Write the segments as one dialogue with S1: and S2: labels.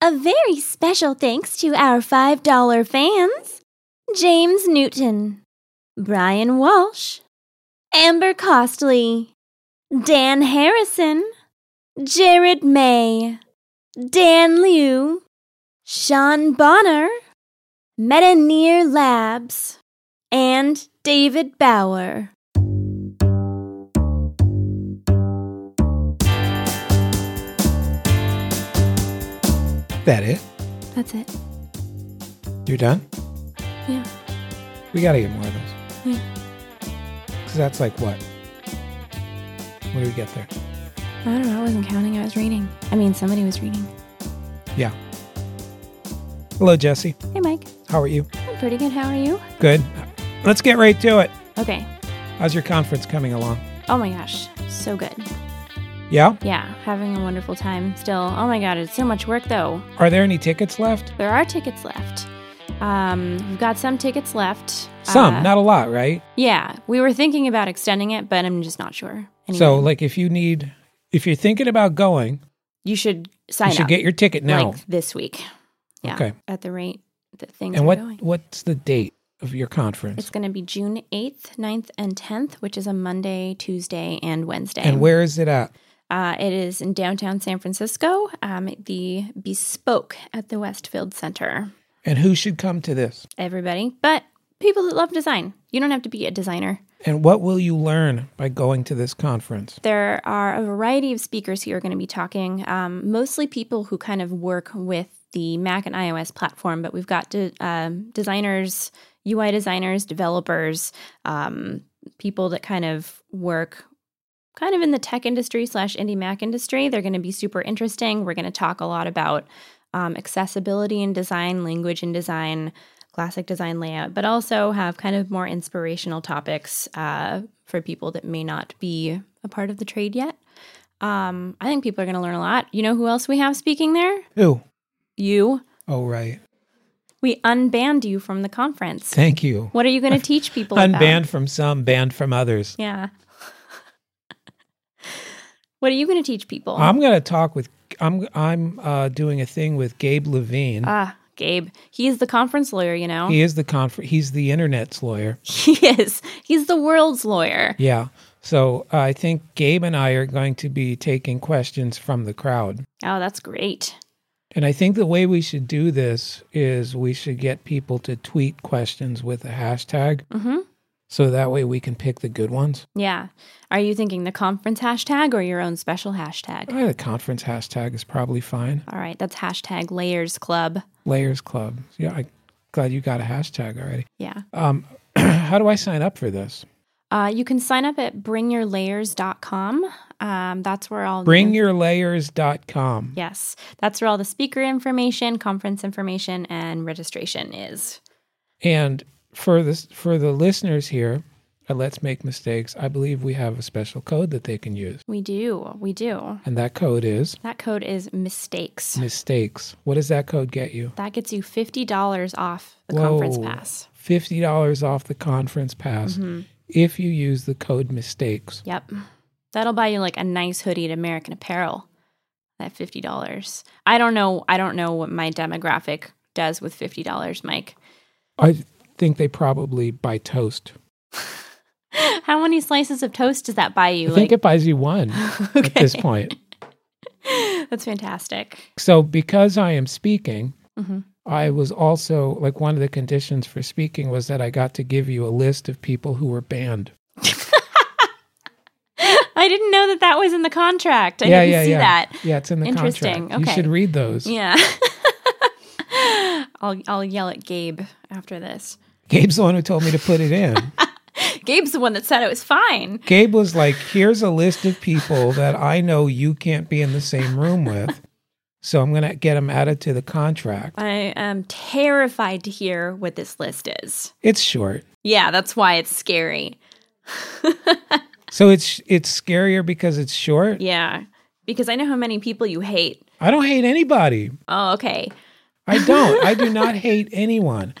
S1: A very special thanks to our $5 fans James Newton, Brian Walsh, Amber Costley, Dan Harrison, Jared May, Dan Liu, Sean Bonner, Metaneer Labs, and David Bauer.
S2: That it?
S1: That's it.
S2: You done?
S1: Yeah.
S2: We gotta get more of those.
S1: Yeah.
S2: Cause that's like what? What do we get there?
S1: I don't know. I wasn't counting. I was reading. I mean, somebody was reading.
S2: Yeah. Hello, Jesse.
S1: Hey, Mike.
S2: How are you?
S1: I'm pretty good. How are you?
S2: Good. Let's get right to it.
S1: Okay.
S2: How's your conference coming along?
S1: Oh my gosh. So good.
S2: Yeah.
S1: Yeah. Having a wonderful time still. Oh my God. It's so much work, though.
S2: Are there any tickets left?
S1: There are tickets left. Um, we've got some tickets left.
S2: Some,
S1: Uh,
S2: not a lot, right?
S1: Yeah. We were thinking about extending it, but I'm just not sure. Anyway,
S2: So, like, if you need, if you're thinking about going,
S1: you should sign
S2: you should
S1: up
S2: get your ticket now.
S1: like this week. Yeah.
S2: Okay.
S1: At the rate that things
S2: and
S1: are
S2: what
S1: going.
S2: what's the date of your conference?
S1: It's going to be June 8th, 9th, and 10th, which is a Monday, Tuesday, and Wednesday.
S2: and where is it at?
S1: Uh, it is in downtown San Francisco, um, at the Bespoke at the Westfield Center.
S2: And who should come to this?
S1: Everybody, but people that love design. You don't have to be a designer.
S2: And what will you learn by going to this conference?
S1: There are a variety of speakers who are going to be talking, um, mostly people who kind of work with the Mac and iOS platform, but we've got de- um, designers, UI designers, developers, um, people that kind of work kind of in the tech industry slash indie Mac industry. They're going to be super interesting. We're going to talk a lot about um, accessibility and design, language and design, classic design layout, but also have kind of more inspirational topics uh, for people that may not be a part of the trade yet. Um, I think people are going to learn a lot. You know who else we have speaking there?
S2: Who?
S1: You.
S2: Oh, right.
S1: We unbanned you from the conference.
S2: Thank you.
S1: What are you going to teach people about?
S2: Unbanned from some, banned from others.
S1: Yeah. what are you going to teach people?
S2: I'm going to talk with. I'm I'm uh, doing a thing with Gabe Levine.
S1: ah, Gabe. He's the conference lawyer, you know.
S2: he is the confer- He's the internet's lawyer.
S1: He is. He's the world's lawyer.
S2: Yeah. So uh, I think Gabe and I are going to be taking questions from the crowd.
S1: Oh, that's great.
S2: And I think the way we should do this is we should get people to tweet questions with a hashtag.
S1: Mhm.
S2: So that way we can pick the good ones.
S1: Yeah. Are you thinking the conference hashtag or your own special hashtag?
S2: Uh, the conference hashtag is probably fine.
S1: All right, that's hashtag Layers Club.
S2: Layers Club. Yeah, I glad you got a hashtag already.
S1: Yeah.
S2: Um, how do I sign up for this?
S1: Uh, you can sign up at bringyourlayers.com. Um, that's where all
S2: Bringyourlayers.com.
S1: yes, that's where all the speaker information, conference information, and registration is.
S2: And for this for the listeners here, at let's make mistakes. I believe we have a special code that they can use.
S1: We do, we do.
S2: And that code is
S1: That code is mistakes.
S2: mistakes. What does that code get you?
S1: That gets you fifty dollars off the conference
S2: Whoa.
S1: pass.
S2: Fifty dollars off the conference pass if you use the code mistakes.
S1: Yep, that'll buy you like a nice hoodie at American Apparel. That fifty dollars. I don't know. I don't know what my demographic does with fifty dollars, Mike.
S2: I think they probably buy toast.
S1: How many slices of toast does that buy you?
S2: I think it buys you one at this point.
S1: That's fantastic.
S2: So because I am speaking,
S1: Mhm.
S2: I was also like one of the conditions for speaking was that I got to give you a list of people who were banned.
S1: I didn't know that that was in the contract. I didn't see
S2: yeah.
S1: that.
S2: Yeah, it's in the
S1: Interesting.
S2: contract. You
S1: Okay.
S2: should read those.
S1: Yeah. I'll I'll yell at Gabe after this.
S2: Gabe's the one who told me to put it in.
S1: Gabe's the one that said it was fine.
S2: Gabe was like, "Here's a list of people that I know you can't be in the same room with." So I'm going to get them added to the contract.
S1: I am terrified to hear what this list is.
S2: It's short.
S1: Yeah, that's why it's scary.
S2: So it's it's scarier because it's short.
S1: Yeah. Because I know how many people you hate.
S2: I don't hate anybody.
S1: Oh, okay.
S2: I don't. I do not hate anyone.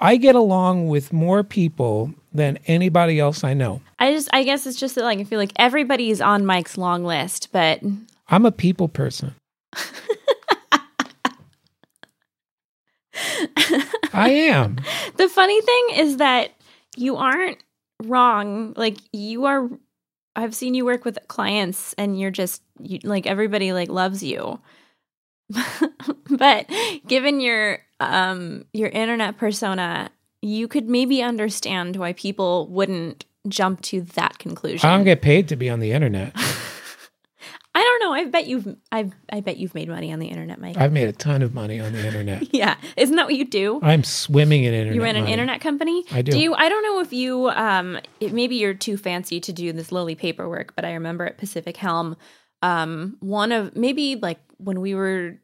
S2: I get along with more people than anybody else I know.
S1: I just I guess it's just that like I feel like everybody's on Mike's long list, but
S2: I'm a people person. I am.
S1: The funny thing is that you aren't wrong. Like you are I've seen you work with clients and you're just you, like everybody like loves you. but given your um your internet persona, you could maybe understand why people wouldn't jump to that conclusion.
S2: I don't get paid to be on the internet.
S1: I don't know. I bet you've I I bet you've made money on the internet, Mike.
S2: I've made a ton of money on the internet.
S1: yeah, isn't that what you do?
S2: I'm swimming in internet.
S1: You ran an
S2: money.
S1: internet company.
S2: I do.
S1: you? I don't know if you. Um, it, maybe you're too fancy to do this lily paperwork, but I remember at Pacific Helm, um, one of maybe like when we were,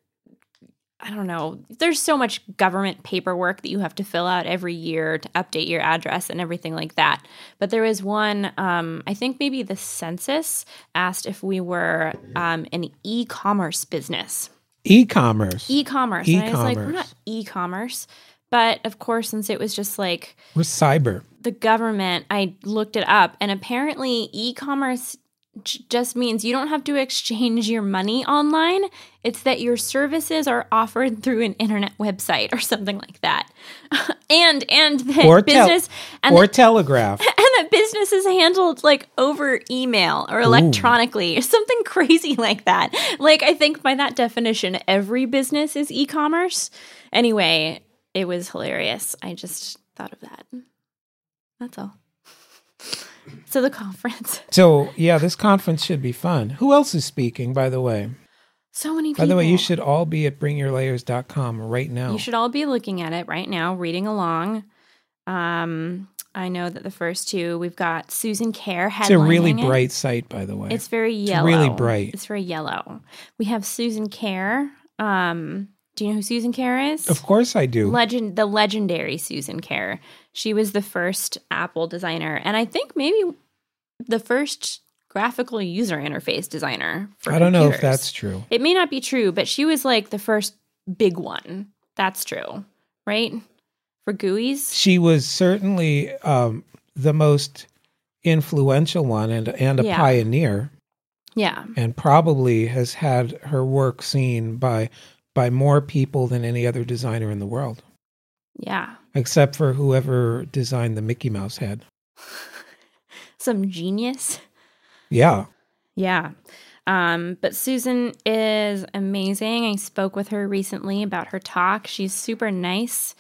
S1: I don't know. There's so much government paperwork that you have to fill out every year to update your address and everything like that. But there was one. Um, I think maybe the census asked if we were um, an e-commerce business E-
S2: E-commerce.
S1: e-commerce. And I was like, we're
S2: E-commerce.
S1: not e-commerce. But of course, since it was just like
S2: We're cyber.
S1: the government, I looked it up, and apparently, e-commerce j- just means you don't have to exchange your money online. It's that your services are offered through an internet website or something like that, and and that
S2: Or tel-
S1: business and
S2: or telegraph.
S1: and that business is handled like over email or electronically or something crazy like that. Like I think by that definition, every business is e-commerce. Anyway, it was hilarious. I just thought of that. That's all. So the conference.
S2: So yeah, this conference should be fun. Who else is speaking, by the way?
S1: So many people.
S2: By the way, you should all be at bringyourlayers.com right now.
S1: You should all be looking at it right now, reading along. Um, I know that the first two we've got Susan Kerr.
S2: It's a really
S1: headlining it.
S2: bright site, by the way.
S1: It's very yellow.
S2: really bright.
S1: It's very yellow. We have Susan Kerr. Um, do you know who Susan Kerr is?
S2: of course I do.
S1: Legend, the legendary Susan Kerr. She was the first Apple designer, and I think maybe the first graphical user interface designer. For
S2: I don't know if
S1: computers.
S2: that's true.
S1: It may not be true, but she was like the first big one. That's true, right? For GUIs,
S2: She was certainly um, the most influential one and and a
S1: Yeah.
S2: pioneer,
S1: yeah.
S2: and probably has had her work seen by by more people than any other designer in the world,
S1: Yeah.
S2: except for whoever designed the Mickey Mouse head.
S1: Some genius.
S2: Yeah,
S1: Yeah. Um, but Susan is amazing. I spoke with her recently about her talk. She's super nice.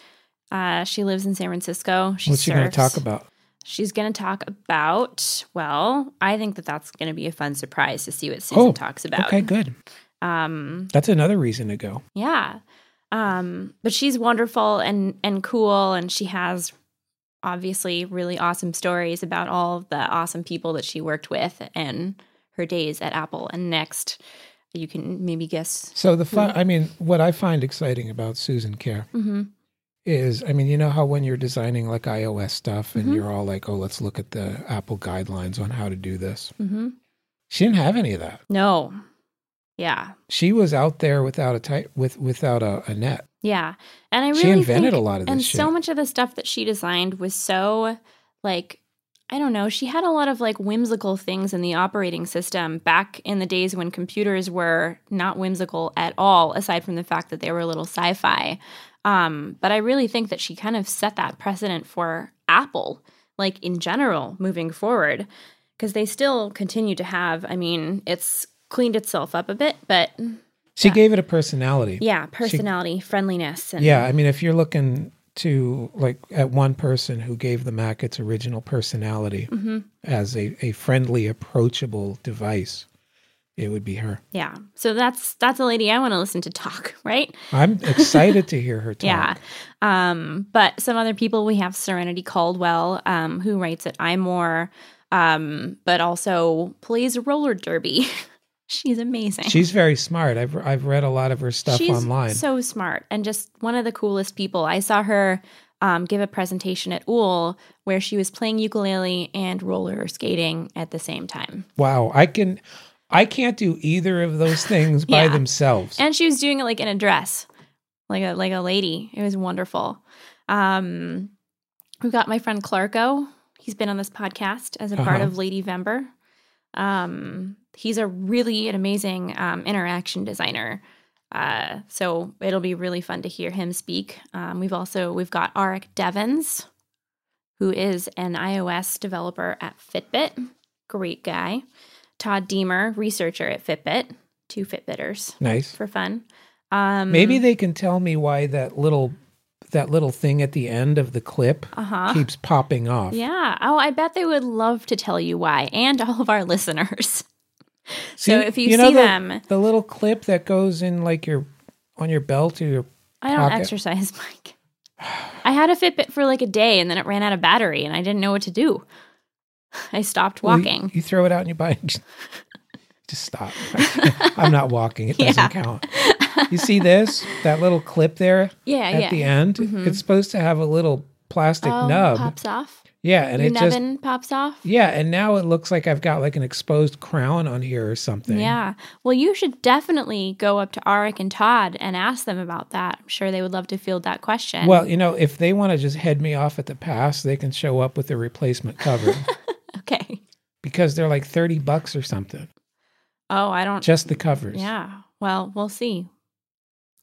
S1: Uh, she lives in San Francisco. She
S2: what's she going to
S1: surfs.
S2: talk about?
S1: She's going to talk about, well, I think that that's going to be a fun surprise to see what Susan
S2: Oh,
S1: talks about.
S2: Okay, good.
S1: Um,
S2: That's another reason to go.
S1: yeah. Um, but she's wonderful and and cool and she has obviously really awesome stories about all of the awesome people that she worked with and her days at Apple and next you can maybe guess
S2: So the fun, I mean, what I find exciting about Susan Kerr
S1: hmm
S2: is, I mean, you know how when you're designing like iOS stuff and
S1: Mhm.
S2: you're all like, oh, let's look at the Apple guidelines on how to do this.
S1: hmm
S2: She didn't have any of that.
S1: No. Yeah.
S2: She was out there without a tight with without a, a net.
S1: Yeah. And I really
S2: She invented
S1: think-
S2: a lot of this
S1: And
S2: shit.
S1: so much of the stuff that she designed was so like I don't know, she had a lot of like whimsical things in the operating system back in the days when computers were not whimsical at all aside from the fact that they were a little sci-fi. Um, but I really think that she kind of set that precedent for Apple like in general moving forward because they still continue to have I mean, it's cleaned itself up a bit, but
S2: She gave it a personality.
S1: yeah, personality, friendliness, and
S2: Yeah, I mean, if you're looking to like at one person who gave the Mac its original personality
S1: Mm-hmm.
S2: as a, a friendly, approachable device, it would be her.
S1: yeah. So that's that's a lady I want to listen to talk, right?
S2: I'm excited to hear her talk.
S1: Yeah. Um, but some other people we have Serenity Caldwell, um, who writes at iMore, um, but also plays roller derby. She's amazing.
S2: She's very smart. I've I've read a lot of her stuff
S1: She's
S2: online.
S1: So smart and just one of the coolest people. I saw her um, give a presentation at UL where she was playing ukulele and roller skating at the same time.
S2: wow, I can I can't do either of those things by
S1: Yeah.
S2: themselves.
S1: and she was doing it like in a dress like a like a lady it was wonderful um we've got my friend clarko he's been on this podcast as a part
S2: Uh-huh.
S1: of lady vember um he's a really an amazing um, interaction designer Uh, so it'll be really fun to hear him speak. Um, we've also we've got Arik Devens, who is an iOS developer at Fitbit. Great guy. Todd Deemer, researcher at Fitbit. Two Fitbitters
S2: Nice.
S1: for fun. Um,
S2: Maybe they can tell me why that little that little thing at the end of the clip
S1: Uh huh.
S2: keeps popping off.
S1: Yeah. Oh, I bet they would love to tell you why, and all of our listeners. so if you
S2: know
S1: see
S2: the-
S1: them-
S2: the little clip that goes in like your on your belt or your
S1: I don't
S2: Pocket.
S1: exercise, Mike. I had a Fitbit for like a day, and then it ran out of battery, and I didn't know what to do. I stopped
S2: Well, you-
S1: walking.
S2: You, throw it out and you buy it. Just stop. I'm not walking. It
S1: Yeah.
S2: doesn't count. You see this? That little clip there
S1: yeah, yeah.
S2: at
S1: Mm-hmm.
S2: the end? It's supposed to have a little plastic
S1: Oh,
S2: nub.
S1: pops off.
S2: Yeah, and
S1: Your
S2: it just
S1: nubbin pops off.
S2: yeah, and now it looks like I've got like an exposed crown on here or something.
S1: Yeah. Well, you should definitely go up to Arik and Todd and ask them about that. I'm sure they would love to field that question.
S2: Well, you know, if they want to just head me off at the pass, they can show up with a replacement cover
S1: okay.
S2: because they're like 30 bucks or something.
S1: Oh, I don't.
S2: Just the covers.
S1: Yeah. Well, we'll see.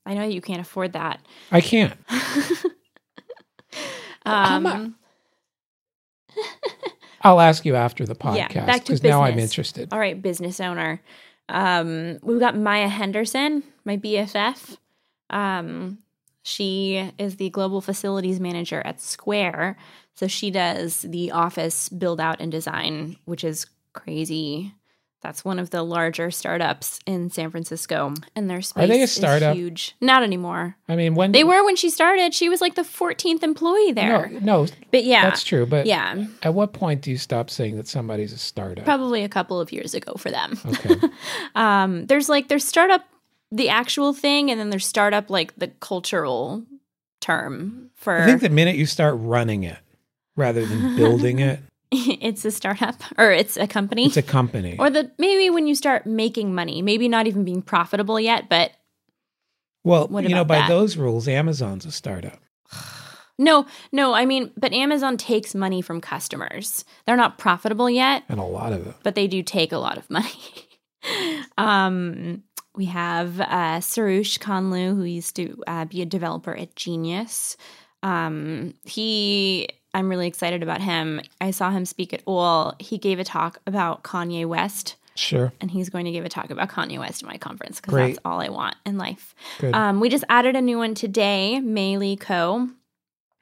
S1: I know you can't afford that.
S2: I can't.
S1: Um,
S2: much? I'll ask you after the
S1: Yeah,
S2: podcast
S1: back to
S2: because now I'm
S1: business.
S2: interested.
S1: All right, business owner. Um, we've got Maya Henderson, my BFF. Um, she is the global facilities manager at Square. So she does the office build out and design, which is crazy. That's one of the larger startups in San Francisco, and their space
S2: Are they a
S1: is
S2: startup?
S1: huge. Not anymore.
S2: I mean, when
S1: They were when she started. She was like the 14th employee there.
S2: No, no,
S1: but yeah,
S2: that's true. But
S1: yeah,
S2: at what point do you stop saying that somebody's a startup?
S1: probably a couple of years ago for them.
S2: Okay.
S1: um there's like there's startup the actual thing and then there's startup like the cultural term for
S2: I think the minute you start running it rather than building it,
S1: it's a startup or it's a company
S2: it's a company.
S1: or the maybe when you start making money maybe not even being profitable yet but
S2: Well,
S1: What
S2: you know,
S1: about that?
S2: by those rules, Amazon's a startup.
S1: no no i mean but amazon takes money from customers they're not profitable yet
S2: And a lot of them.
S1: but they do take a lot of money. um, we have uh, Sarush Kanlu, who used to uh, be a developer at Genius. Um, he, I'm really excited about him. I saw him speak at all. He gave a talk about Kanye West,
S2: Sure.
S1: and he's going to give a talk about Kanye West at my conference because
S2: Great.
S1: that's all I want in life.
S2: Good.
S1: Um, we just added a new one today, Mei Lee Ko.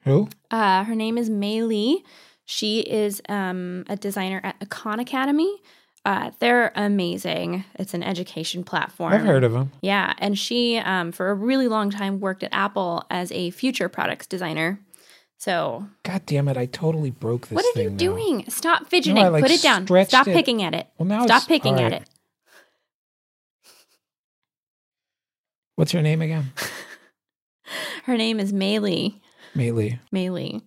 S2: Who?
S1: Uh, her name is Mei Lee. She is um, a designer at Khan Academy. Uh, they're amazing. It's an education platform.
S2: I've heard of them.
S1: Yeah, and she, um, for a really long time, worked at Apple as a future products designer. So,
S2: God damn it! I totally broke this.
S1: what are
S2: thing
S1: you
S2: now.
S1: doing? Stop fidgeting.
S2: No, I, like,
S1: Put it down.
S2: stretched
S1: Stop
S2: it.
S1: picking at it.
S2: Well, now
S1: Stop
S2: it's-
S1: picking
S2: all
S1: at
S2: right.
S1: it.
S2: What's her name again?
S1: Her name is Mei Lee.
S2: Maylee.
S1: Melee.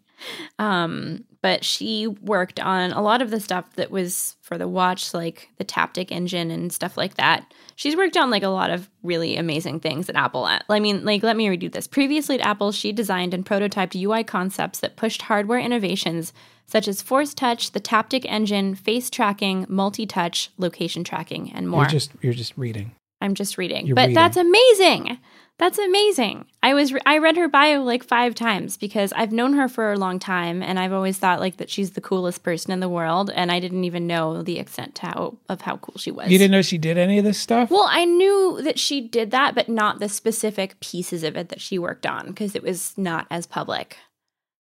S1: Um, but she worked on a lot of the stuff that was for the watch, like the Taptic engine and stuff like that. She's worked on like a lot of really amazing things at Apple. I mean, like, let me redo this. Previously at Apple, she designed and prototyped UI concepts that pushed hardware innovations such as force touch, the Taptic engine, face tracking, multi touch, location tracking, and more.
S2: You're just you're just reading.
S1: I'm just reading.
S2: You're
S1: But
S2: reading.
S1: that's amazing. That's amazing. I was I read her bio like 5 times because I've known her for a long time and I've always thought like that she's the coolest person in the world and I didn't even know the extent to how of how cool she was.
S2: You didn't know she did any of this stuff.
S1: well, I knew that she did that but not the specific pieces of it that she worked on because it was not as public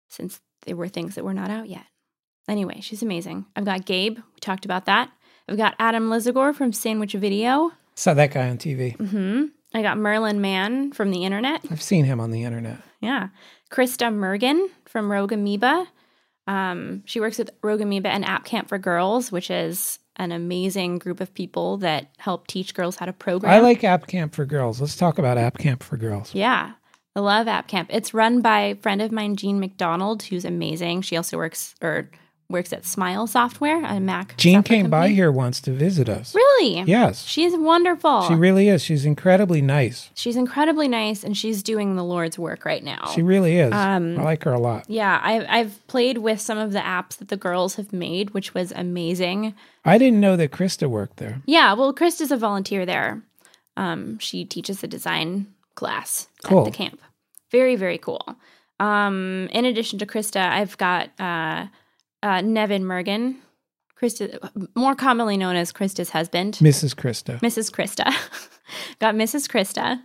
S1: since there were things that were not out yet. Anyway, she's amazing. I've got Gabe, we talked about that. I've got Adam Lizagor from Sandwich Video.
S2: Saw that guy on TV.
S1: hmm I got Merlin Mann from the internet.
S2: I've seen him on the internet.
S1: Yeah. Krista Mergen from Rogue Amoeba. Um, she works with Rogue Amoeba and App Camp for Girls, which is an amazing group of people that help teach girls how to program.
S2: I like App Camp for Girls. Let's talk about App Camp for Girls.
S1: Yeah. I love App Camp. It's run by a friend of mine, Jean McDonald, who's amazing. She also works or works at Smile Software, a Mac.
S2: Jean
S1: software
S2: came by
S1: company.
S2: here once to visit us.
S1: Really?
S2: Yes.
S1: She's wonderful.
S2: She really is. She's incredibly nice.
S1: she's incredibly nice and she's doing the Lord's work right now.
S2: She really is. I like her a lot.
S1: Um, Yeah, I've I've played with some of the apps that the girls have made, which was amazing.
S2: I didn't know that Krista worked there.
S1: Yeah, well, Krista's a volunteer there, Um, she teaches a design class
S2: Cool.
S1: at the camp. Very, very cool. Um, in addition to Krista, I've got uh, uh, Nevin Mergen, Krista, more commonly known as Krista's husband,
S2: Mrs. Krista.
S1: Mrs. Krista. got Mrs. Krista.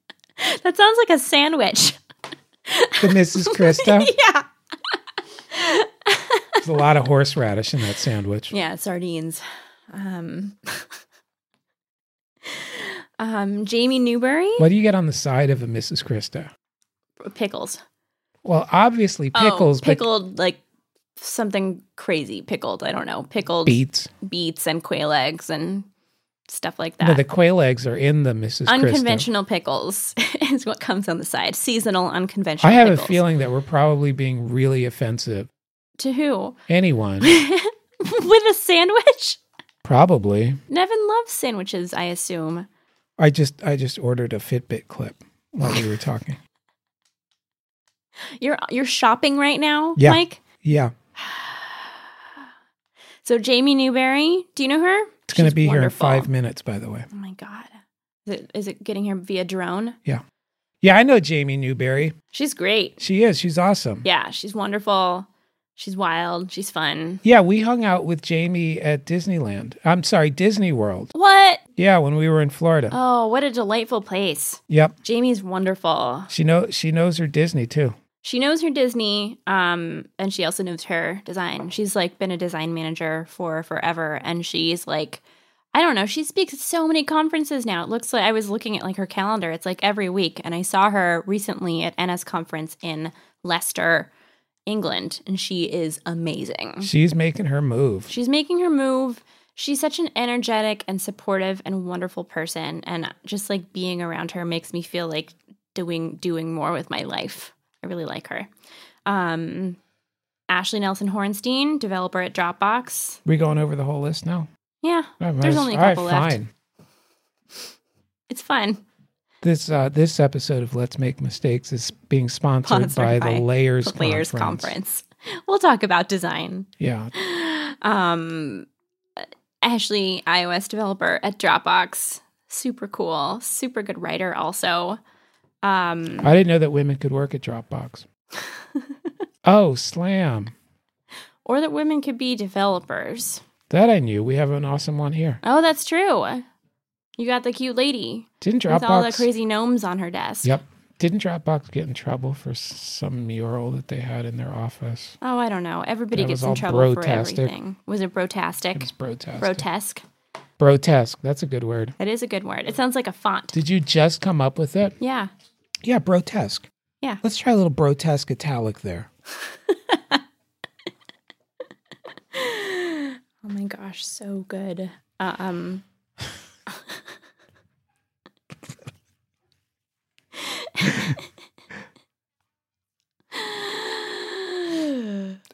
S1: that sounds like a sandwich.
S2: The Mrs. Krista.
S1: yeah.
S2: There's a lot of horseradish in that sandwich.
S1: Yeah, sardines. Um, um, Jamie Newberry,
S2: What do you get on the side of a Mrs. Krista?
S1: pickles.
S2: Well, obviously pickles,
S1: oh,
S2: but
S1: pickled like something crazy pickled. I don't know, pickled
S2: beets.
S1: beets and quail eggs and stuff like
S2: No,
S1: that.
S2: the quail eggs are in the Mrs. Krista.
S1: unconventional pickles is what comes on the side. Seasonal unconventional.
S2: I have
S1: pickles.
S2: a feeling that we're probably being really offensive.
S1: to who
S2: Anyone,
S1: with a sandwich.
S2: probably.
S1: Nevin loves sandwiches, I assume.
S2: I just I just ordered a Fitbit clip while we were talking.
S1: You're you're shopping right now,
S2: Yeah.
S1: Mike.
S2: Yeah,
S1: So Jamie Newberry, do you know her?
S2: it's going to be here in five
S1: minutes.
S2: minutes. By the way,
S1: Oh my god, is it, is it getting here via drone?
S2: yeah, I know Jamie Newberry.
S1: She's great.
S2: She is. She's awesome.
S1: Yeah, she's wonderful. She's wild. She's fun.
S2: Yeah, we hung out with Jamie at Disneyland. I'm sorry, Disney World.
S1: What?
S2: Yeah, when we were in Florida.
S1: Oh, what a delightful place.
S2: Yep.
S1: Jamie's wonderful.
S2: She know she knows her Disney too.
S1: She knows her Disney, um, and she also knows her design. She's like been a design manager for forever, and she's like, I don't know, she speaks at so many conferences now. It looks like I was looking at like her calendar. It's like every week, and I saw her recently at NS conference in Leicester, England, and she is amazing.
S2: She's making her move.
S1: She's making her move. She's such an energetic and supportive and wonderful person, and just like being around her makes me feel like doing doing more with my life. I really like her. Um, Ashley Nelson Hornstein, developer at Dropbox.
S2: We going over the whole list now?
S1: Yeah,
S2: I might
S1: There's
S2: as-
S1: only a
S2: all right,
S1: couple left.
S2: Fine.
S1: it's fun.
S2: This uh, this episode of Let's Make Mistakes is being sponsored,
S1: Sponsored
S2: by,
S1: by
S2: the Layers
S1: The Players
S2: Conference.
S1: Conference. We'll talk about design.
S2: Yeah,
S1: Um, Ashley, iOS developer at Dropbox. Super cool. Super good writer. Also, um,
S2: I didn't know that women could work at Dropbox. oh, slam!
S1: or that women could be developers.
S2: That I knew. We have an awesome one here.
S1: Oh, that's true. You got the cute lady
S2: Didn't
S1: with all the
S2: Dropbox?
S1: crazy gnomes on her desk.
S2: Yep. Didn't Dropbox get in trouble for s- some mural that they had in their office?
S1: Oh, I don't know. Everybody
S2: That
S1: gets
S2: was
S1: in
S2: all
S1: trouble for
S2: brotastic.
S1: everything. Was it brotastic?
S2: It was protest.
S1: Grotesque.
S2: Grotesque. That's a good word.
S1: That is a good word. It sounds like a font.
S2: Did you just come up with it?
S1: Yeah.
S2: Yeah, grotesque.
S1: Yeah.
S2: Let's try a little grotesque italic there.
S1: Oh my gosh, so good. Uh, um.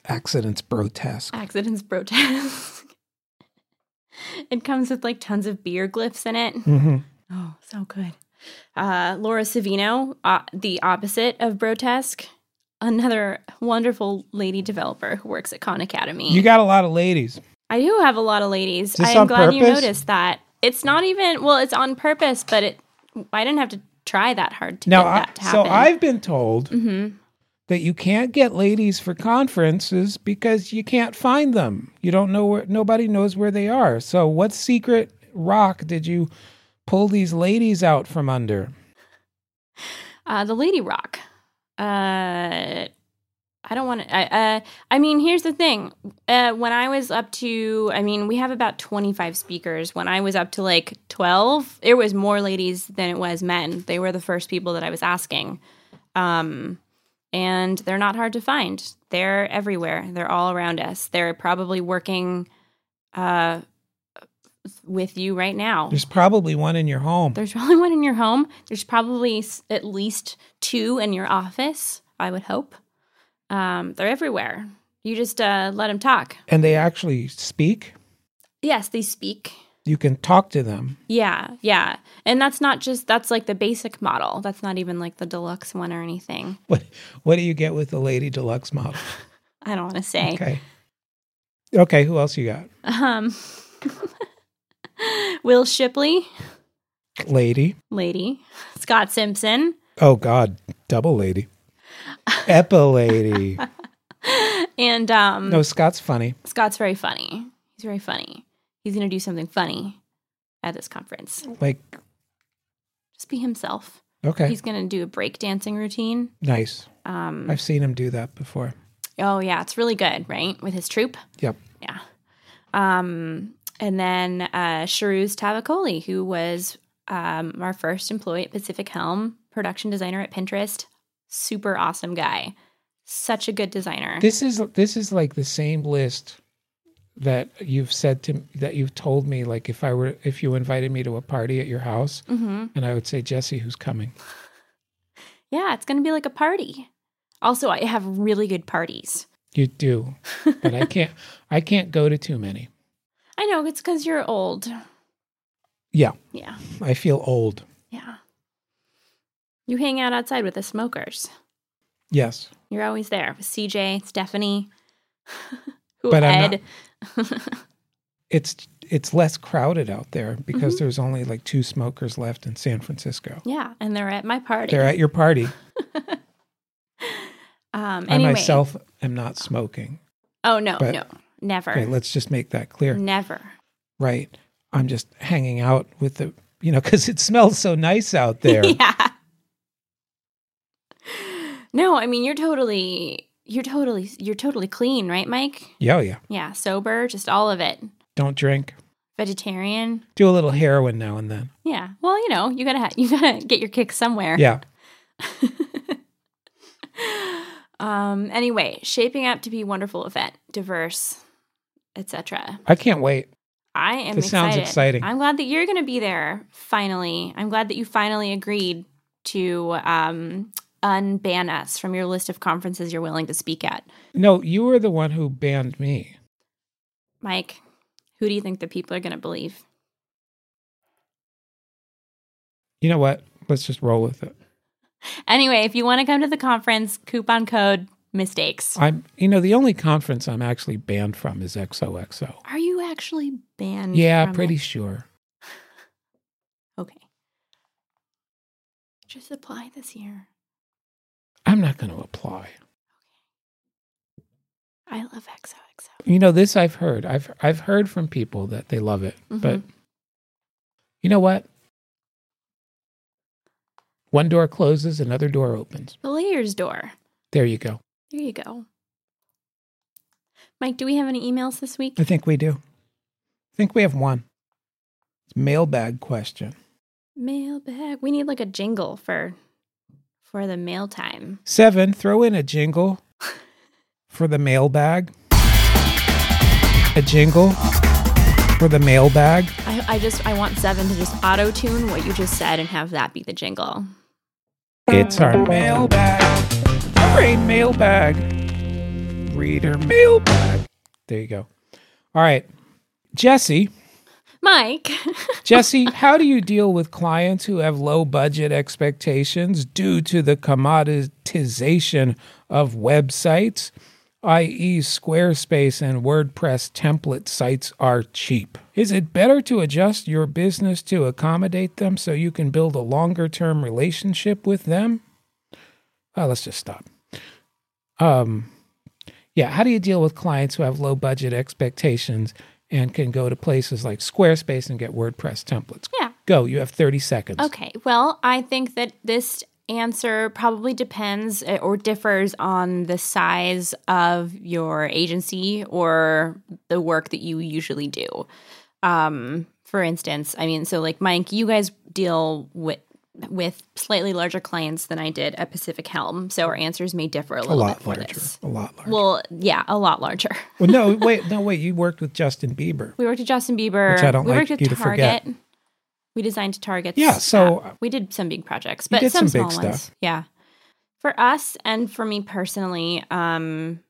S2: Accidents grotesque.
S1: Accidents grotesque. It comes with like tons of beer glyphs in it.
S2: Mm-hmm.
S1: Oh, so good. Uh, Laura Savino, uh, the opposite of Brotesque, another wonderful lady developer who works at Khan Academy.
S2: You got a lot of ladies.
S1: I do have a lot of ladies.
S2: Is this
S1: I am
S2: on
S1: glad you
S2: purpose?
S1: noticed that. It's not even well, it's on purpose, but it I didn't have to try that hard to
S2: Now,
S1: get
S2: I,
S1: that to
S2: so
S1: happen.
S2: I've been told
S1: Mhm.
S2: that you can't get ladies for conferences because you can't find them. You don't know where. Nobody knows where they are. So, what secret rock did you pull these ladies out from under?
S1: Uh, the Lady Rock. Uh, I don't want to. I, uh, I mean, here's the thing. Uh, when I was up to, I mean, we have about 25 speakers. When I was up to like 12, it was more ladies than it was men. They were the first people that I was asking. Um, and they're not hard to find. They're everywhere. They're all around us. They're probably working uh, with you right now.
S2: There's probably one in your home.
S1: There's probably one in your home. There's probably s- at least two in your office, I would hope. Um, they're everywhere. You just uh, let them talk.
S2: and they actually speak.
S1: Yes, they speak.
S2: You can talk to them.
S1: Yeah, yeah. And that's not just, that's like the basic model. That's not even like the deluxe one or anything.
S2: What What do you get with the Lady Deluxe model?
S1: I don't want to say.
S2: Okay. Okay. Who else you got?
S1: Um, Will Shipley,
S2: lady.
S1: lady, Scott Simpson,
S2: Oh God, double lady, epa lady.
S1: and um,
S2: No, Scott's funny.
S1: Scott's very funny. He's very funny. He's going to do something funny at this conference.
S2: Like
S1: Just be himself.
S2: okay,
S1: He's going to do a break dancing routine.
S2: nice.
S1: Um,
S2: I've seen him do that before.
S1: oh yeah, it's really good, right? With his troupe.
S2: Yep.
S1: Yeah. Um, and then uh, Sharuz Tavakoli, who was um, our first employee at Pacific Helm, production designer at Pinterest. Super awesome guy. Such a good designer.
S2: This is this is like the same list that you've said to that you've told me like if I were if you invited me to a party at your house
S1: hmm
S2: and I would say Jesse who's coming.
S1: Yeah, it's going to be like a party. Also, I have really good parties.
S2: You do. But I can't I can't go to too many.
S1: I know it's because you're old.
S2: Yeah,
S1: Yeah,
S2: I feel old.
S1: yeah. You hang out outside with the smokers.
S2: Yes.
S1: You're always there with CJ, Stephanie, who
S2: But I'm
S1: Ed.
S2: It's it's less crowded out there because
S1: Mm-hmm.
S2: there's only like two smokers left in San Francisco.
S1: yeah, and they're at my party.
S2: They're at your party.
S1: um,
S2: I
S1: anyway.
S2: myself am not smoking.
S1: Oh no,
S2: but-
S1: no, never,
S2: Okay, let's just make that clear.
S1: never.
S2: Right. I'm just hanging out with the, you know, because it smells so nice out there.
S1: yeah. No, I mean you're totally, you're totally, you're totally clean, right, Mike?
S2: yeah, oh, yeah.
S1: Yeah, sober, just all of it.
S2: Don't drink.
S1: Vegetarian.
S2: Do a little heroin now and then.
S1: Yeah. Well, you know, you gotta ha- you gotta get your kick somewhere.
S2: Yeah.
S1: Um. Anyway, shaping up to be a wonderful event, diverse, etc.
S2: I can't wait.
S1: I am.
S2: This sounds
S1: excited.
S2: exciting.
S1: I'm glad that you're gonna be there. Finally, I'm glad that you finally agreed to um unban us from your list of conferences you're willing to speak at.
S2: No, you were the one who banned me.
S1: Mike, who do you think the people are gonna believe?
S2: You know what? Let's just roll with it.
S1: Anyway, if you want to come to the conference, coupon code mistakes.
S2: I'm, you know, the only conference I'm actually banned from is XOXO.
S1: Are you actually banned?
S2: Yeah,
S1: Mm, from
S2: pretty
S1: it?
S2: sure.
S1: Okay. Just apply this year.
S2: I'm not going to apply.
S1: I love XOXO.
S2: You know, this I've heard. I've I've heard from people that they love it. But you know what? One door closes, another door opens.
S1: The layers door.
S2: There you go.
S1: There you go. Mike, do we have any emails this week?
S2: I think we do. I think we have one. It's mailbag question.
S1: Mailbag. We need like a jingle for for the mail time.
S2: Seven, throw in a jingle for the mailbag. A jingle for the mailbag.
S1: I, I just I want seven to just auto tune what you just said and have that be the jingle.
S2: It's our mailbag. Brain mailbag. Reader mailbag. There you go. All right. Jesse,
S1: Mike,
S2: Jesse, how do you deal with clients who have low budget expectations due to the commoditization of websites, i.e., E Squarespace and WordPress template sites are cheap? Is it better to adjust your business to accommodate them so you can build a longer term relationship with them? Uh, let's just stop. Um, yeah, how do you deal with clients who have low budget expectations and can go to places like Squarespace and get WordPress templates?
S1: Yeah.
S2: Go, you have 30 seconds.
S1: Okay. Well, I think that this answer probably depends uh, or differs on the size of your agency or the work that you usually do. Um, for instance, I mean, so like Mike, you guys deal with with slightly larger clients than I did at Pacific Helm, so our answers may differ a
S2: A
S1: little bit
S2: lot
S1: for
S2: larger.
S1: this.
S2: A lot larger. Well,
S1: Well, yeah, a lot larger.
S2: no, wait, no, wait. You worked with Justin Bieber.
S1: We worked at Justin Bieber.
S2: Which I don't
S1: we
S2: like
S1: worked at
S2: you to forget.
S1: Target. We designed to Target.
S2: Yeah, so- uh,
S1: we did some big projects, but
S2: did
S1: some, small
S2: some big
S1: ones.
S2: stuff.
S1: Yeah. For us and for me personally, um,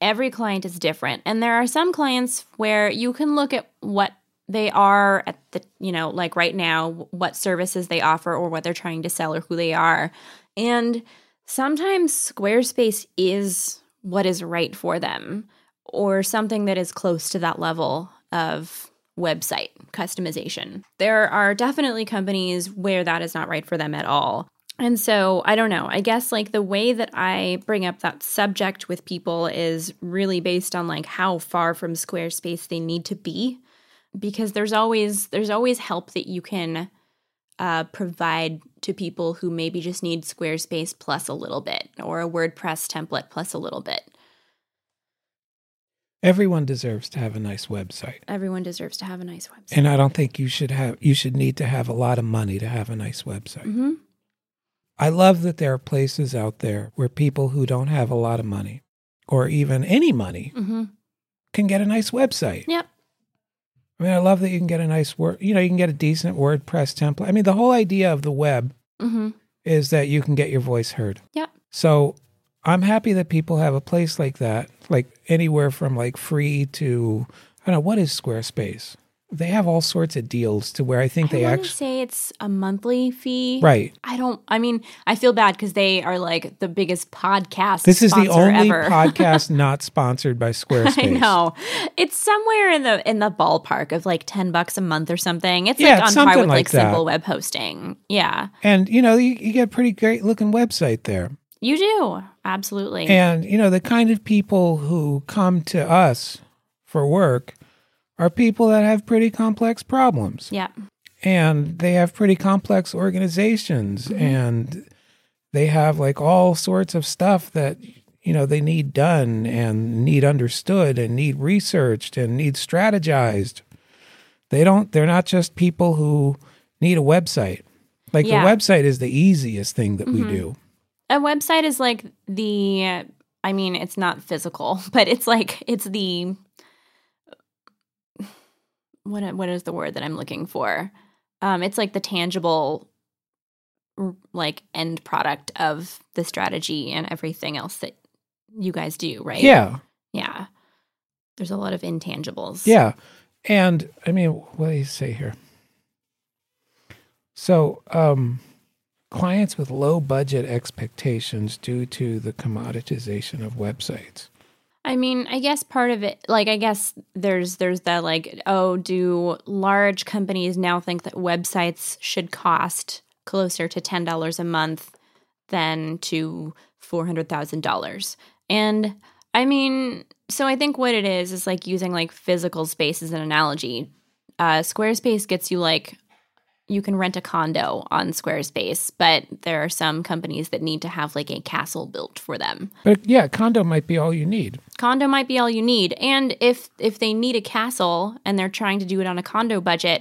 S1: every client is different, and there are some clients where you can look at what they are at the you know like right now what services they offer or what they're trying to sell or who they are and sometimes Squarespace is what is right for them or something that is close to that level of website customization. There are definitely companies where that is not right for them at all. And so I don't know. I guess like the way that I bring up that subject with people is really based on like how far from Squarespace they need to be because there's always there's always help that you can uh, provide to people who maybe just need Squarespace plus a little bit or a WordPress template plus a little bit.
S2: Everyone deserves to have a nice website.
S1: Everyone deserves to have a nice website.
S2: And I don't think you should have you should need to have a lot of money to have a nice website.
S1: Mm-hmm.
S2: I love that there are places out there where people who don't have a lot of money or even any money
S1: Mm-hmm.
S2: can get a nice website.
S1: Yep.
S2: I mean, I love that you can get a nice word, you know, you can get a decent WordPress template. I mean, the whole idea of the web
S1: Mm-hmm.
S2: is that you can get your voice heard.
S1: Yep.
S2: So I'm happy that people have a place like that, like anywhere from like free to I don't know what is Squarespace. They have all sorts of deals to where I think
S1: I
S2: they
S1: want
S2: actually
S1: to say it's a monthly fee.
S2: right.
S1: I don't. I mean, I feel bad because they are like the biggest podcast.
S2: This is the
S1: sponsor
S2: only
S1: ever.
S2: podcast not sponsored by Squarespace.
S1: I know it's somewhere in the in the ballpark of like ten bucks a month or something. It's
S2: Yeah,
S1: like on
S2: it's
S1: par
S2: something
S1: with like,
S2: like that.
S1: simple web hosting. Yeah,
S2: And you know, you, you get a pretty great looking website there.
S1: you do absolutely.
S2: And you know, the kind of people who come to us for work are people that have pretty complex problems.
S1: yeah,
S2: and they have pretty complex organizations
S1: Mm-hmm.
S2: and they have like all sorts of stuff that you know they need done and need understood and need researched and need strategized they don't they're not just people who need a website like
S1: Yeah. Mm-hmm.
S2: the website is the easiest thing that we do
S1: a website is like the. I mean, it's not physical, but it's like it's the. What what is the word that I'm looking for? Um, it's like the tangible, r- like end product of the strategy and everything else that you guys do, right?
S2: yeah
S1: Yeah. There's a lot of intangibles.
S2: yeah and i mean what do you say here so um clients with low budget expectations due to the commoditization of websites.
S1: I mean, I guess part of it like I guess there's there's that like oh, do large companies now think that websites should cost closer to $10 a month than to $400,000? And I mean, so I think what it is is like using like physical space as an analogy. Uh Squarespace gets you like you can rent a condo on Squarespace, but there are some companies that need to have like a castle built for them.
S2: But yeah, condo might be all you need.
S1: condo might be all you need and if if they need a castle and they're trying to do it on a condo budget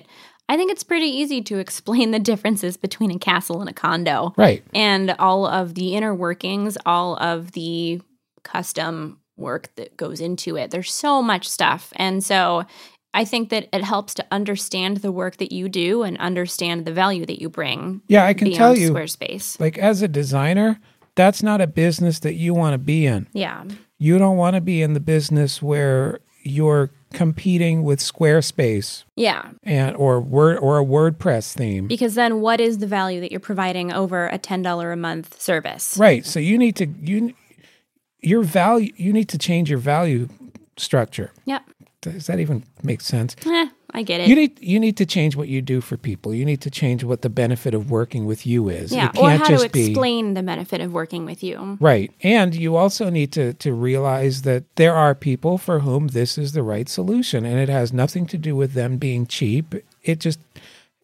S1: i think it's pretty easy to explain the differences between a castle and a condo
S2: Right.
S1: and all of the inner workings all of the custom work that goes into it there's so much stuff and so i think that it helps to understand the work that you do and understand the value that you bring
S2: Yeah, I can
S1: beyond
S2: tell you,
S1: squarespace
S2: like as a designer, that's not a business that you want to be in.
S1: yeah
S2: You don't want to be in the business where you're competing with Squarespace
S1: yeah
S2: and or word or a WordPress theme.
S1: because then what is the value that you're providing over a $10 a month service
S2: Right. So you need to you your value you need to change your value structure.
S1: yep
S2: Does that even make sense?
S1: Eh, i get it
S2: You need you need to change what you do for people. You need to change what the benefit of working with you is.
S1: yeah
S2: it
S1: or
S2: can't
S1: how to
S2: just be
S1: explain the benefit of working with you
S2: right. And you also need to to realize that there are people for whom this is the right solution, and it has nothing to do with them being cheap. It just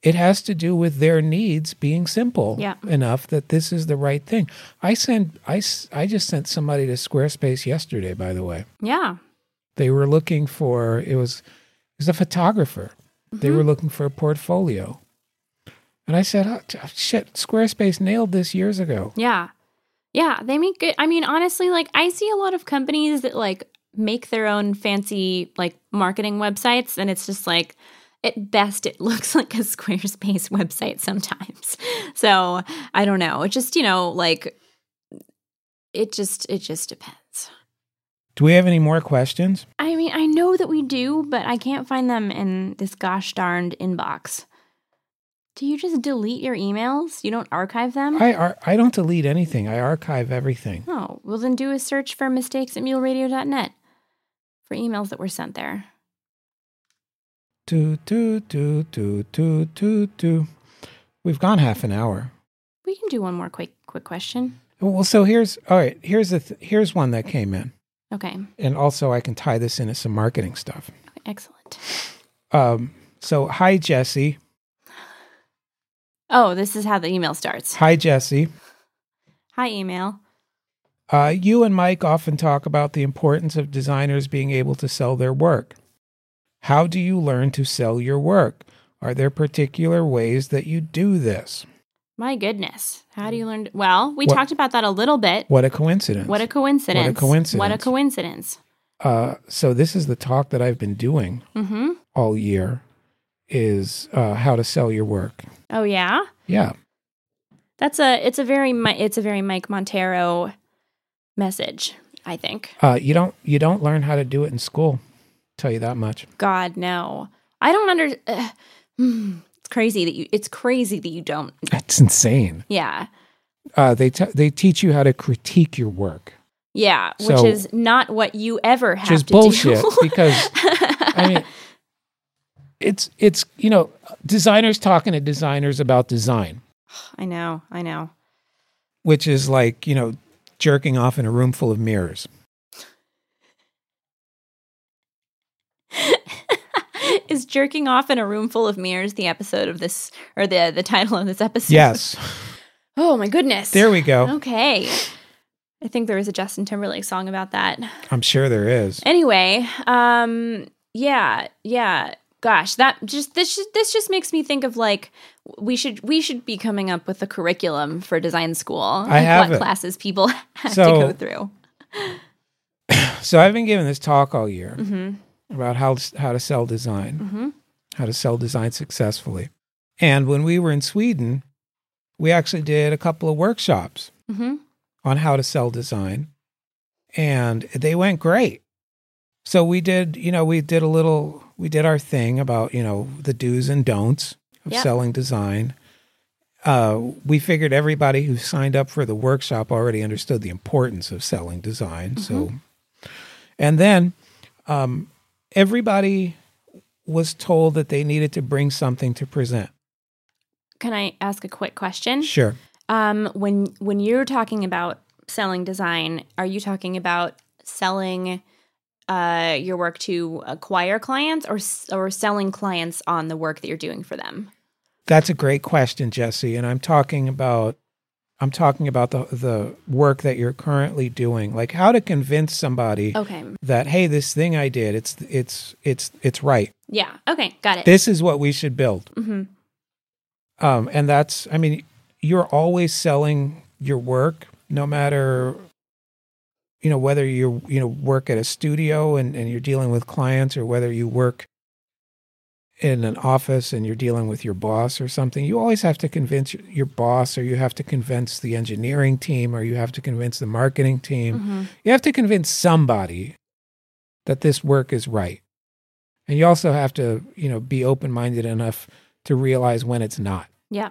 S2: it has to do with their needs being simple
S1: Yeah.
S2: enough that this is the right thing. I send I s- I just sent somebody to Squarespace yesterday. By the way,
S1: yeah
S2: they were looking for it was it was a photographer they were looking for a portfolio and i said oh, t- shit squarespace nailed this years ago
S1: yeah yeah they make good i mean honestly like i see a lot of companies that like make their own fancy like marketing websites and it's just like at best it looks like a squarespace website sometimes so i don't know it just you know like it just it just depends
S2: do we have any more questions
S1: I mean, I know that we do, but I can't find them in this gosh darned inbox. Do you just delete your emails? You don't archive them?
S2: i ar- i don't delete anything i archive everything
S1: oh, well, then do a search for mistakes at muleradio.net for emails that were sent there.
S2: toot, toot, toot, toot, toot, toot, toot. We've gone half an hour.
S1: We can do one more quick quick question.
S2: Well, so here's all right. Here's a th- here's one that came in,
S1: Okay.
S2: and also I can tie this into some marketing stuff.
S1: okay excellent.
S2: Um, so hi Jesse,
S1: Oh, this is how the email starts.
S2: hi Jesse.
S1: Hi, email.
S2: Uh, you and Mike often talk about the importance of designers being able to sell their work. How do you learn to sell your work? Are there particular ways that you do this?
S1: My goodness. How do you learn? To, well, we
S2: What-
S1: talked about that a little bit.
S2: What a coincidence!
S1: What a coincidence. What a
S2: coincidence.
S1: coincidence.
S2: uh, so this is the talk that I've been doing
S1: Mm-hmm.
S2: all year is uh, how to sell your work.
S1: Oh yeah.
S2: Yeah,
S1: That's a it's a very Mi- it's a very Mike Montero message, I think.
S2: uh, you don't you don't learn how to do it in school. Tell you that much.
S1: God no. I don't under uh, hmm. it's crazy that you it's crazy that you don't.
S2: That's insane.
S1: Yeah.
S2: Uh, they t- they teach you how to critique your work,
S1: Yeah, which
S2: So-
S1: is not what you ever have
S2: which is
S1: to
S2: bullshit
S1: do.
S2: because I mean, it's it's you know designers talking to designers about design,
S1: I know, I know.
S2: which is like you know jerking off in a room full of mirrors.
S1: Is jerking off in a room full of mirrors the episode of this or the the title of this episode?
S2: Yes,
S1: Oh my goodness.
S2: there we go.
S1: Okay. I think there was a Justin Timberlake song about that.
S2: I'm sure there is.
S1: Anyway, um yeah, yeah. Gosh, that just this ju- this just makes me think of like we should we should be coming up with a curriculum for design school. like
S2: have
S1: what
S2: it.
S1: classes people have
S2: So-
S1: to go through.
S2: So I've been giving this talk all year
S1: Mhm.
S2: about how how to sell design.
S1: Mhm.
S2: how to sell design successfully. And when we were in Sweden, we actually did a couple of workshops
S1: Mhm.
S2: on how to sell design, and they went great. So we did, you know, we did a little, we did our thing about, you know, the do's and don'ts of
S1: Yep.
S2: selling design. Uh, we figured everybody who signed up for the workshop already understood the importance of selling design. So, and then um, everybody was told that they needed to bring something to present.
S1: Can I ask a quick question?
S2: Sure.
S1: Um, when when you're talking about selling design, are you talking about selling uh, your work to acquire clients, or s- or selling clients on the work that you're doing for them?
S2: That's a great question, Jesse. And I'm talking about I'm talking about the the work that you're currently doing, like how to convince somebody
S1: Okay,
S2: that hey, this thing I did, it's it's it's it's right.
S1: yeah, okay, got it.
S2: This is what we should build.
S1: hmm
S2: Um, and that's I mean, you're always selling your work, no matter you know whether you you know work at a studio and, and you're dealing with clients or whether you work in an office and you're dealing with your boss or something you always have to convince your- your boss or you have to convince the engineering team or you have to convince the marketing team
S1: Mhm.
S2: you have to convince somebody that this work is right and you also have to you know be open-minded enough to realize when it's not
S1: Yeah.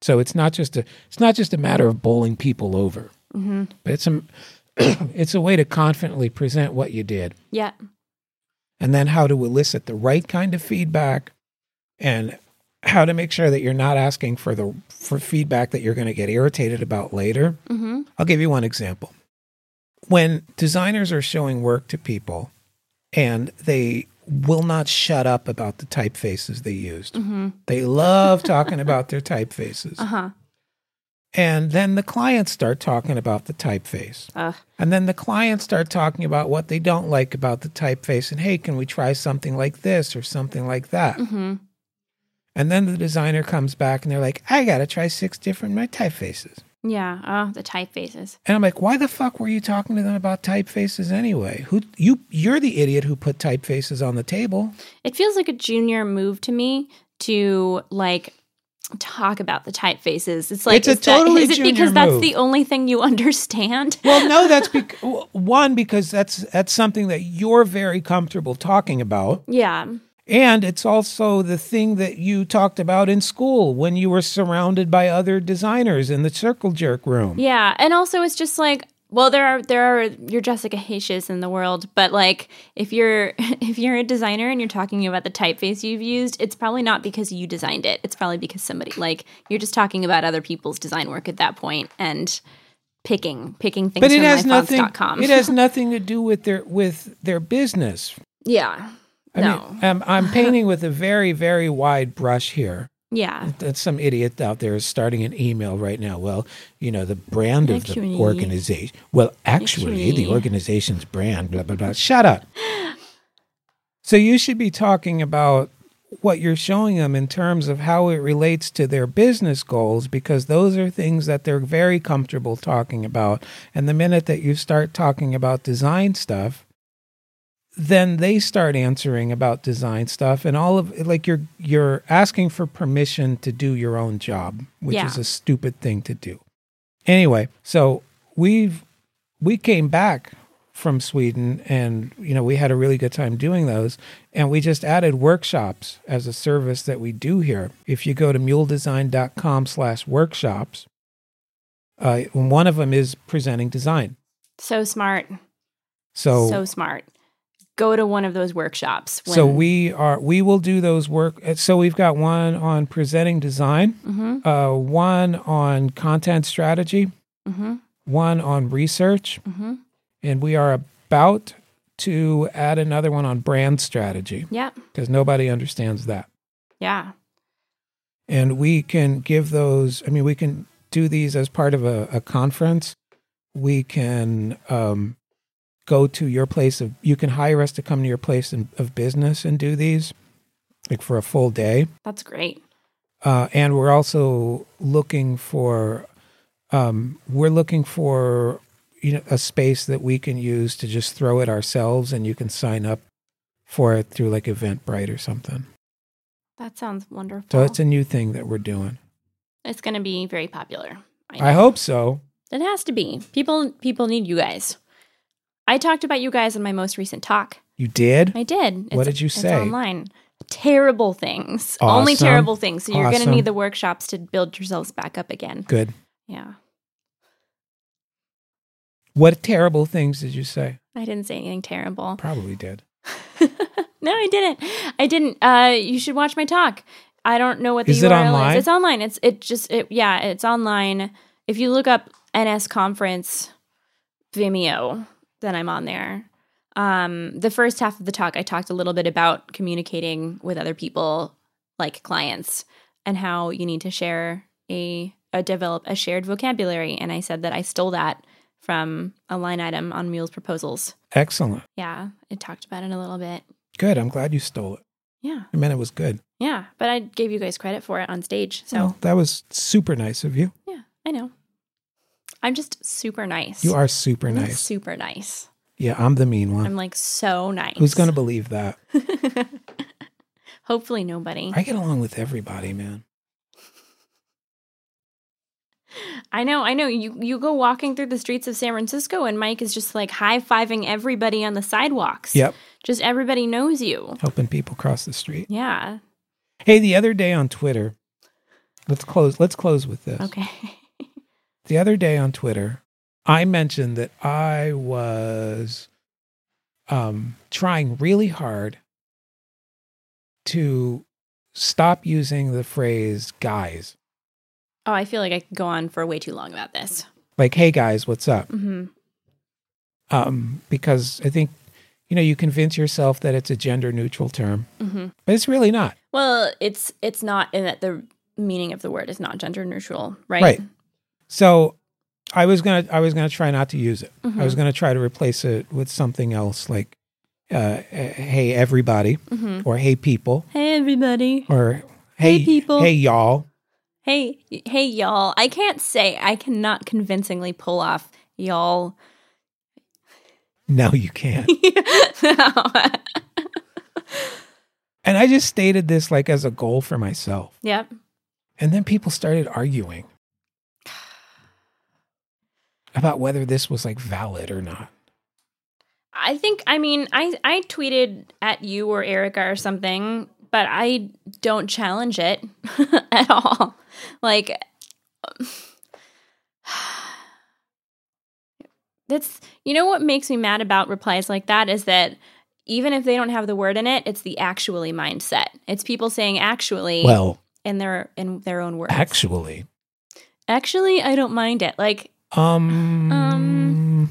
S2: so it's not just a it's not just a matter of bowling people over
S1: hmm
S2: but it's a it's a way to confidently present what you did
S1: Yeah.
S2: and then how to elicit the right kind of feedback and how to make sure that you're not asking for the for feedback that you're going to get irritated about later
S1: hmm
S2: I'll give you one example. When designers are showing work to people and they will not shut up about the typefaces they used,
S1: hmm
S2: they love talking about their typefaces.
S1: Uh huh.
S2: And then the clients start talking about the typeface.
S1: Ugh.
S2: And then the clients start talking about what they don't like about the typeface and hey, can we try something like this or something like that?
S1: hmm
S2: And then the designer comes back and they're like, I got to try six different my typefaces.
S1: Yeah. Oh, the typefaces.
S2: And I'm like, why the fuck were you talking to them about typefaces anyway? Who you you're the idiot who put typefaces on the table.
S1: It feels like a junior move to me to like talk about the typefaces. It's like
S2: It's a
S1: is that-
S2: totally
S1: is it
S2: junior
S1: because that's
S2: move.
S1: the only thing you understand?
S2: Well, no, that's bec- one because that's that's something that you're very comfortable talking about,
S1: Yeah.
S2: and it's also the thing that you talked about in school when you were surrounded by other designers in the circle jerk room.
S1: Yeah. And also, it's just like, well, there are there are your Jessica Hayshes in the world, but like if you're if you're a designer and you're talking about the typeface you've used, it's probably not because you designed it. It's probably because somebody like you're just talking about other people's design work at that point and picking picking things
S2: but it
S1: from
S2: has nothing.
S1: myfonts.com.
S2: It has nothing to do with their with their business.
S1: yeah.
S2: I
S1: no.
S2: mean, um, I'm painting with a very very wide brush here.
S1: yeah.
S2: That some idiot out there is starting an email right now. Well, you know the brand of
S1: Actually.
S2: the organization. Well, actually, the
S1: Actually.
S2: organization's brand. Blah blah blah. Shut up. So you should be talking about what you're showing them in terms of how it relates to their business goals because those are things that they're very comfortable talking about and the minute that you start talking about design stuff then they start answering about design stuff and all of like you're you're asking for permission to do your own job which
S1: Yeah.
S2: is a stupid thing to do anyway so we've we came back from Sweden and you know we had a really good time doing those and we just added workshops as a service that we do here if you go to muledesign.com slash workshops uh, one of them is presenting design
S1: So smart.
S2: so
S1: so smart. Go to one of those workshops. When,
S2: so we are we will do those work uh, so we've got one on presenting design
S1: Mhm.
S2: uh, one on content strategy
S1: Mhm.
S2: one on research
S1: Mhm.
S2: and we are about to add another one on brand strategy
S1: Yeah.
S2: because nobody understands that.
S1: Yeah.
S2: And we can give those, I mean, we can do these as part of a, a conference. We can um, go to your place of, you can hire us to come to your place in, of business and do these like for a full day.
S1: That's great.
S2: Uh, and we're also looking for, um, we're looking for, you know, a space that we can use to just throw it ourselves and you can sign up for it through like Eventbrite or something.
S1: That sounds wonderful.
S2: So it's a new thing that we're doing.
S1: it's going to be very popular. I know.
S2: I hope so.
S1: It has to be. People people need you guys. I talked about you guys in my most recent talk.
S2: You did?
S1: I did.
S2: What did you say?
S1: It's online. Terrible things. Only
S2: Awesome.
S1: terrible things. So you're going
S2: Awesome.
S1: to need the workshops to build yourselves back up again.
S2: Good.
S1: Yeah.
S2: What terrible things did you say?
S1: I didn't say anything terrible.
S2: Probably did.
S1: No, I didn't. I didn't. Uh, you should watch my talk. I don't know what the
S2: Is
S1: URL
S2: it online?
S1: is. It's online. It's it just it yeah. It's online. If you look up NS conference Vimeo, then I'm on there. Um, the first half of the talk, I talked a little bit about communicating with other people, like clients, and how you need to share a, a develop a shared vocabulary. And I said that I stole that from a line item on Mule's proposals.
S2: Excellent.
S1: Yeah, it talked about it a little bit.
S2: Good. I'm glad you stole it.
S1: Yeah.
S2: I meant it was good.
S1: Yeah, but I gave you guys credit for it on stage. So,
S2: Well, that was super nice of you.
S1: yeah, I know. I'm just super nice.
S2: You are super
S1: I'm, like,
S2: nice.
S1: Super nice.
S2: Yeah, I'm the mean one.
S1: I'm like so nice.
S2: Who's going to believe that?
S1: Hopefully nobody.
S2: I get along with everybody, man.
S1: I know, I know. You you go walking through the streets of San Francisco and Mike is just like high-fiving everybody on the sidewalks.
S2: Yep.
S1: Just everybody knows you.
S2: Helping people cross the street.
S1: Yeah.
S2: Hey, the other day on Twitter, let's close let's close with this.
S1: Okay.
S2: the other day on Twitter, I mentioned that I was um, trying really hard to stop using the phrase guys.
S1: Oh, I feel like I could go on for way too long about this.
S2: Like, hey guys, what's up?
S1: Mhm.
S2: Um, because I think, you know, you convince yourself that it's a gender neutral term,
S1: Mhm.
S2: but it's really not.
S1: Well, it's it's not in that the meaning of the word is not gender neutral, right?
S2: Right. So I was gonna I was gonna try not to use it.
S1: Mm-hmm.
S2: I was gonna try to replace it with something else like uh, hey everybody
S1: Mhm.
S2: or hey people.
S1: Hey everybody.
S2: or hey,
S1: Hey, people.
S2: hey y'all.
S1: Hey, hey y'all. I can't say I cannot convincingly pull off y'all.
S2: No, you can't. and I just stated this like as a goal for myself,
S1: yep.
S2: and then people started arguing about whether this was like valid or not.
S1: I think I mean I I tweeted at you or Erica or something, but I don't challenge it at all. Like That's you know what makes me mad about replies like that is that even if they don't have the word in it, it's the actually mindset. It's people saying actually
S2: Well,
S1: in their in their own words.
S2: actually,
S1: actually, I don't mind it. Like
S2: um, um,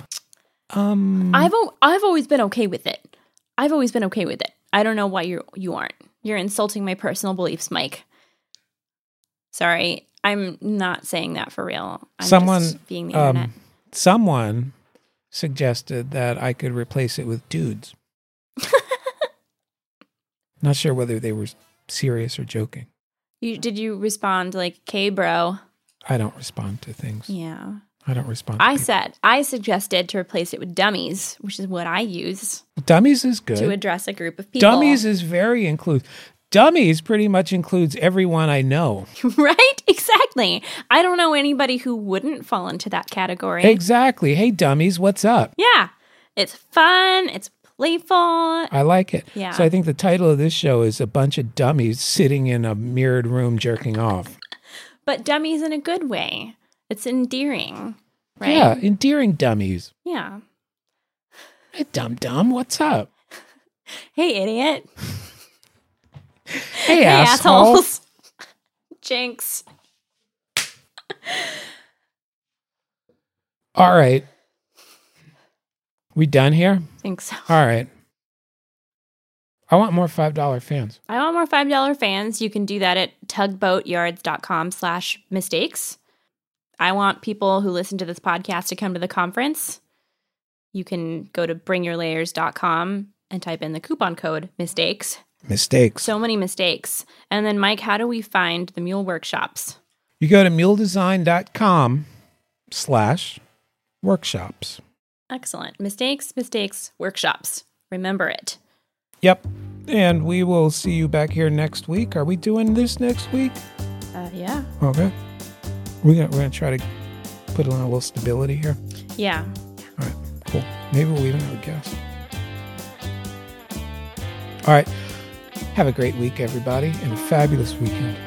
S1: Um,
S2: Mm-hmm.
S1: I've al- I've always been okay with it. I've always been okay with it. I don't know why you you aren't. You're insulting my personal beliefs, Mike. Sorry, I'm not saying that for real. I'm
S2: Someone,
S1: just being the internet.
S2: um, someone suggested that I could replace it with dudes. Not sure whether they were serious or joking.
S1: You did you respond like, "K, bro"?
S2: I don't respond to things.
S1: Yeah.
S2: I don't respond. To
S1: I
S2: people.
S1: said I suggested to replace it with dummies, which is what I use
S2: dummies is good.
S1: to address a group of people.
S2: Dummies is very inclusive. Dummies pretty much includes everyone I know.
S1: right? Exactly. I don't know anybody who wouldn't fall into that category.
S2: Exactly. Hey, dummies, what's up?
S1: yeah. It's fun. It's playful.
S2: I like it.
S1: Yeah.
S2: So I think the title of this show is a bunch of dummies sitting in a mirrored room jerking off.
S1: but dummies in a good way. It's endearing, right?
S2: Yeah, endearing dummies.
S1: Yeah.
S2: Hey, dum dum, what's up?
S1: Hey, idiot.
S2: Hey,
S1: Hey,
S2: asshole.
S1: assholes. Jinx.
S2: All right. We done here?
S1: think so.
S2: All right. I want more $5 fans.
S1: I want more $5 fans. You can do that at tugboatyards.com slash mistakes. I want people who listen to this podcast to come to the conference. You can go to bringyourlayers.com and type in the coupon code mistakes.
S2: Mistakes.
S1: So many mistakes. And then, Mike, how do we find the mule workshops?
S2: You go to muledesign.com slash workshops.
S1: Excellent. Mistakes, mistakes, workshops. Remember it.
S2: Yep. And we will see you back here next week. Are we doing this next week?
S1: Uh, yeah.
S2: Okay. We're gonna, we're gonna try to put on a little stability here.
S1: Yeah.
S2: All right, cool. Maybe we'll even have a guest. All right. Have a great week, everybody, and a fabulous weekend.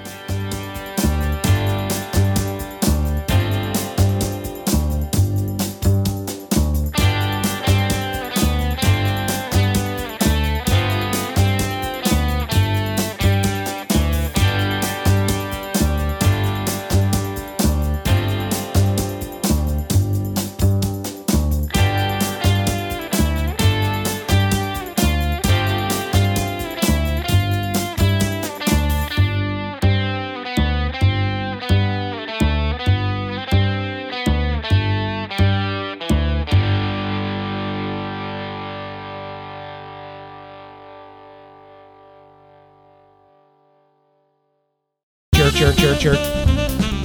S2: Jerk, jerk, jerk, jerk.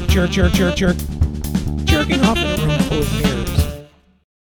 S2: Jerk, jerk, jerk, jerk. Jerking off in a room.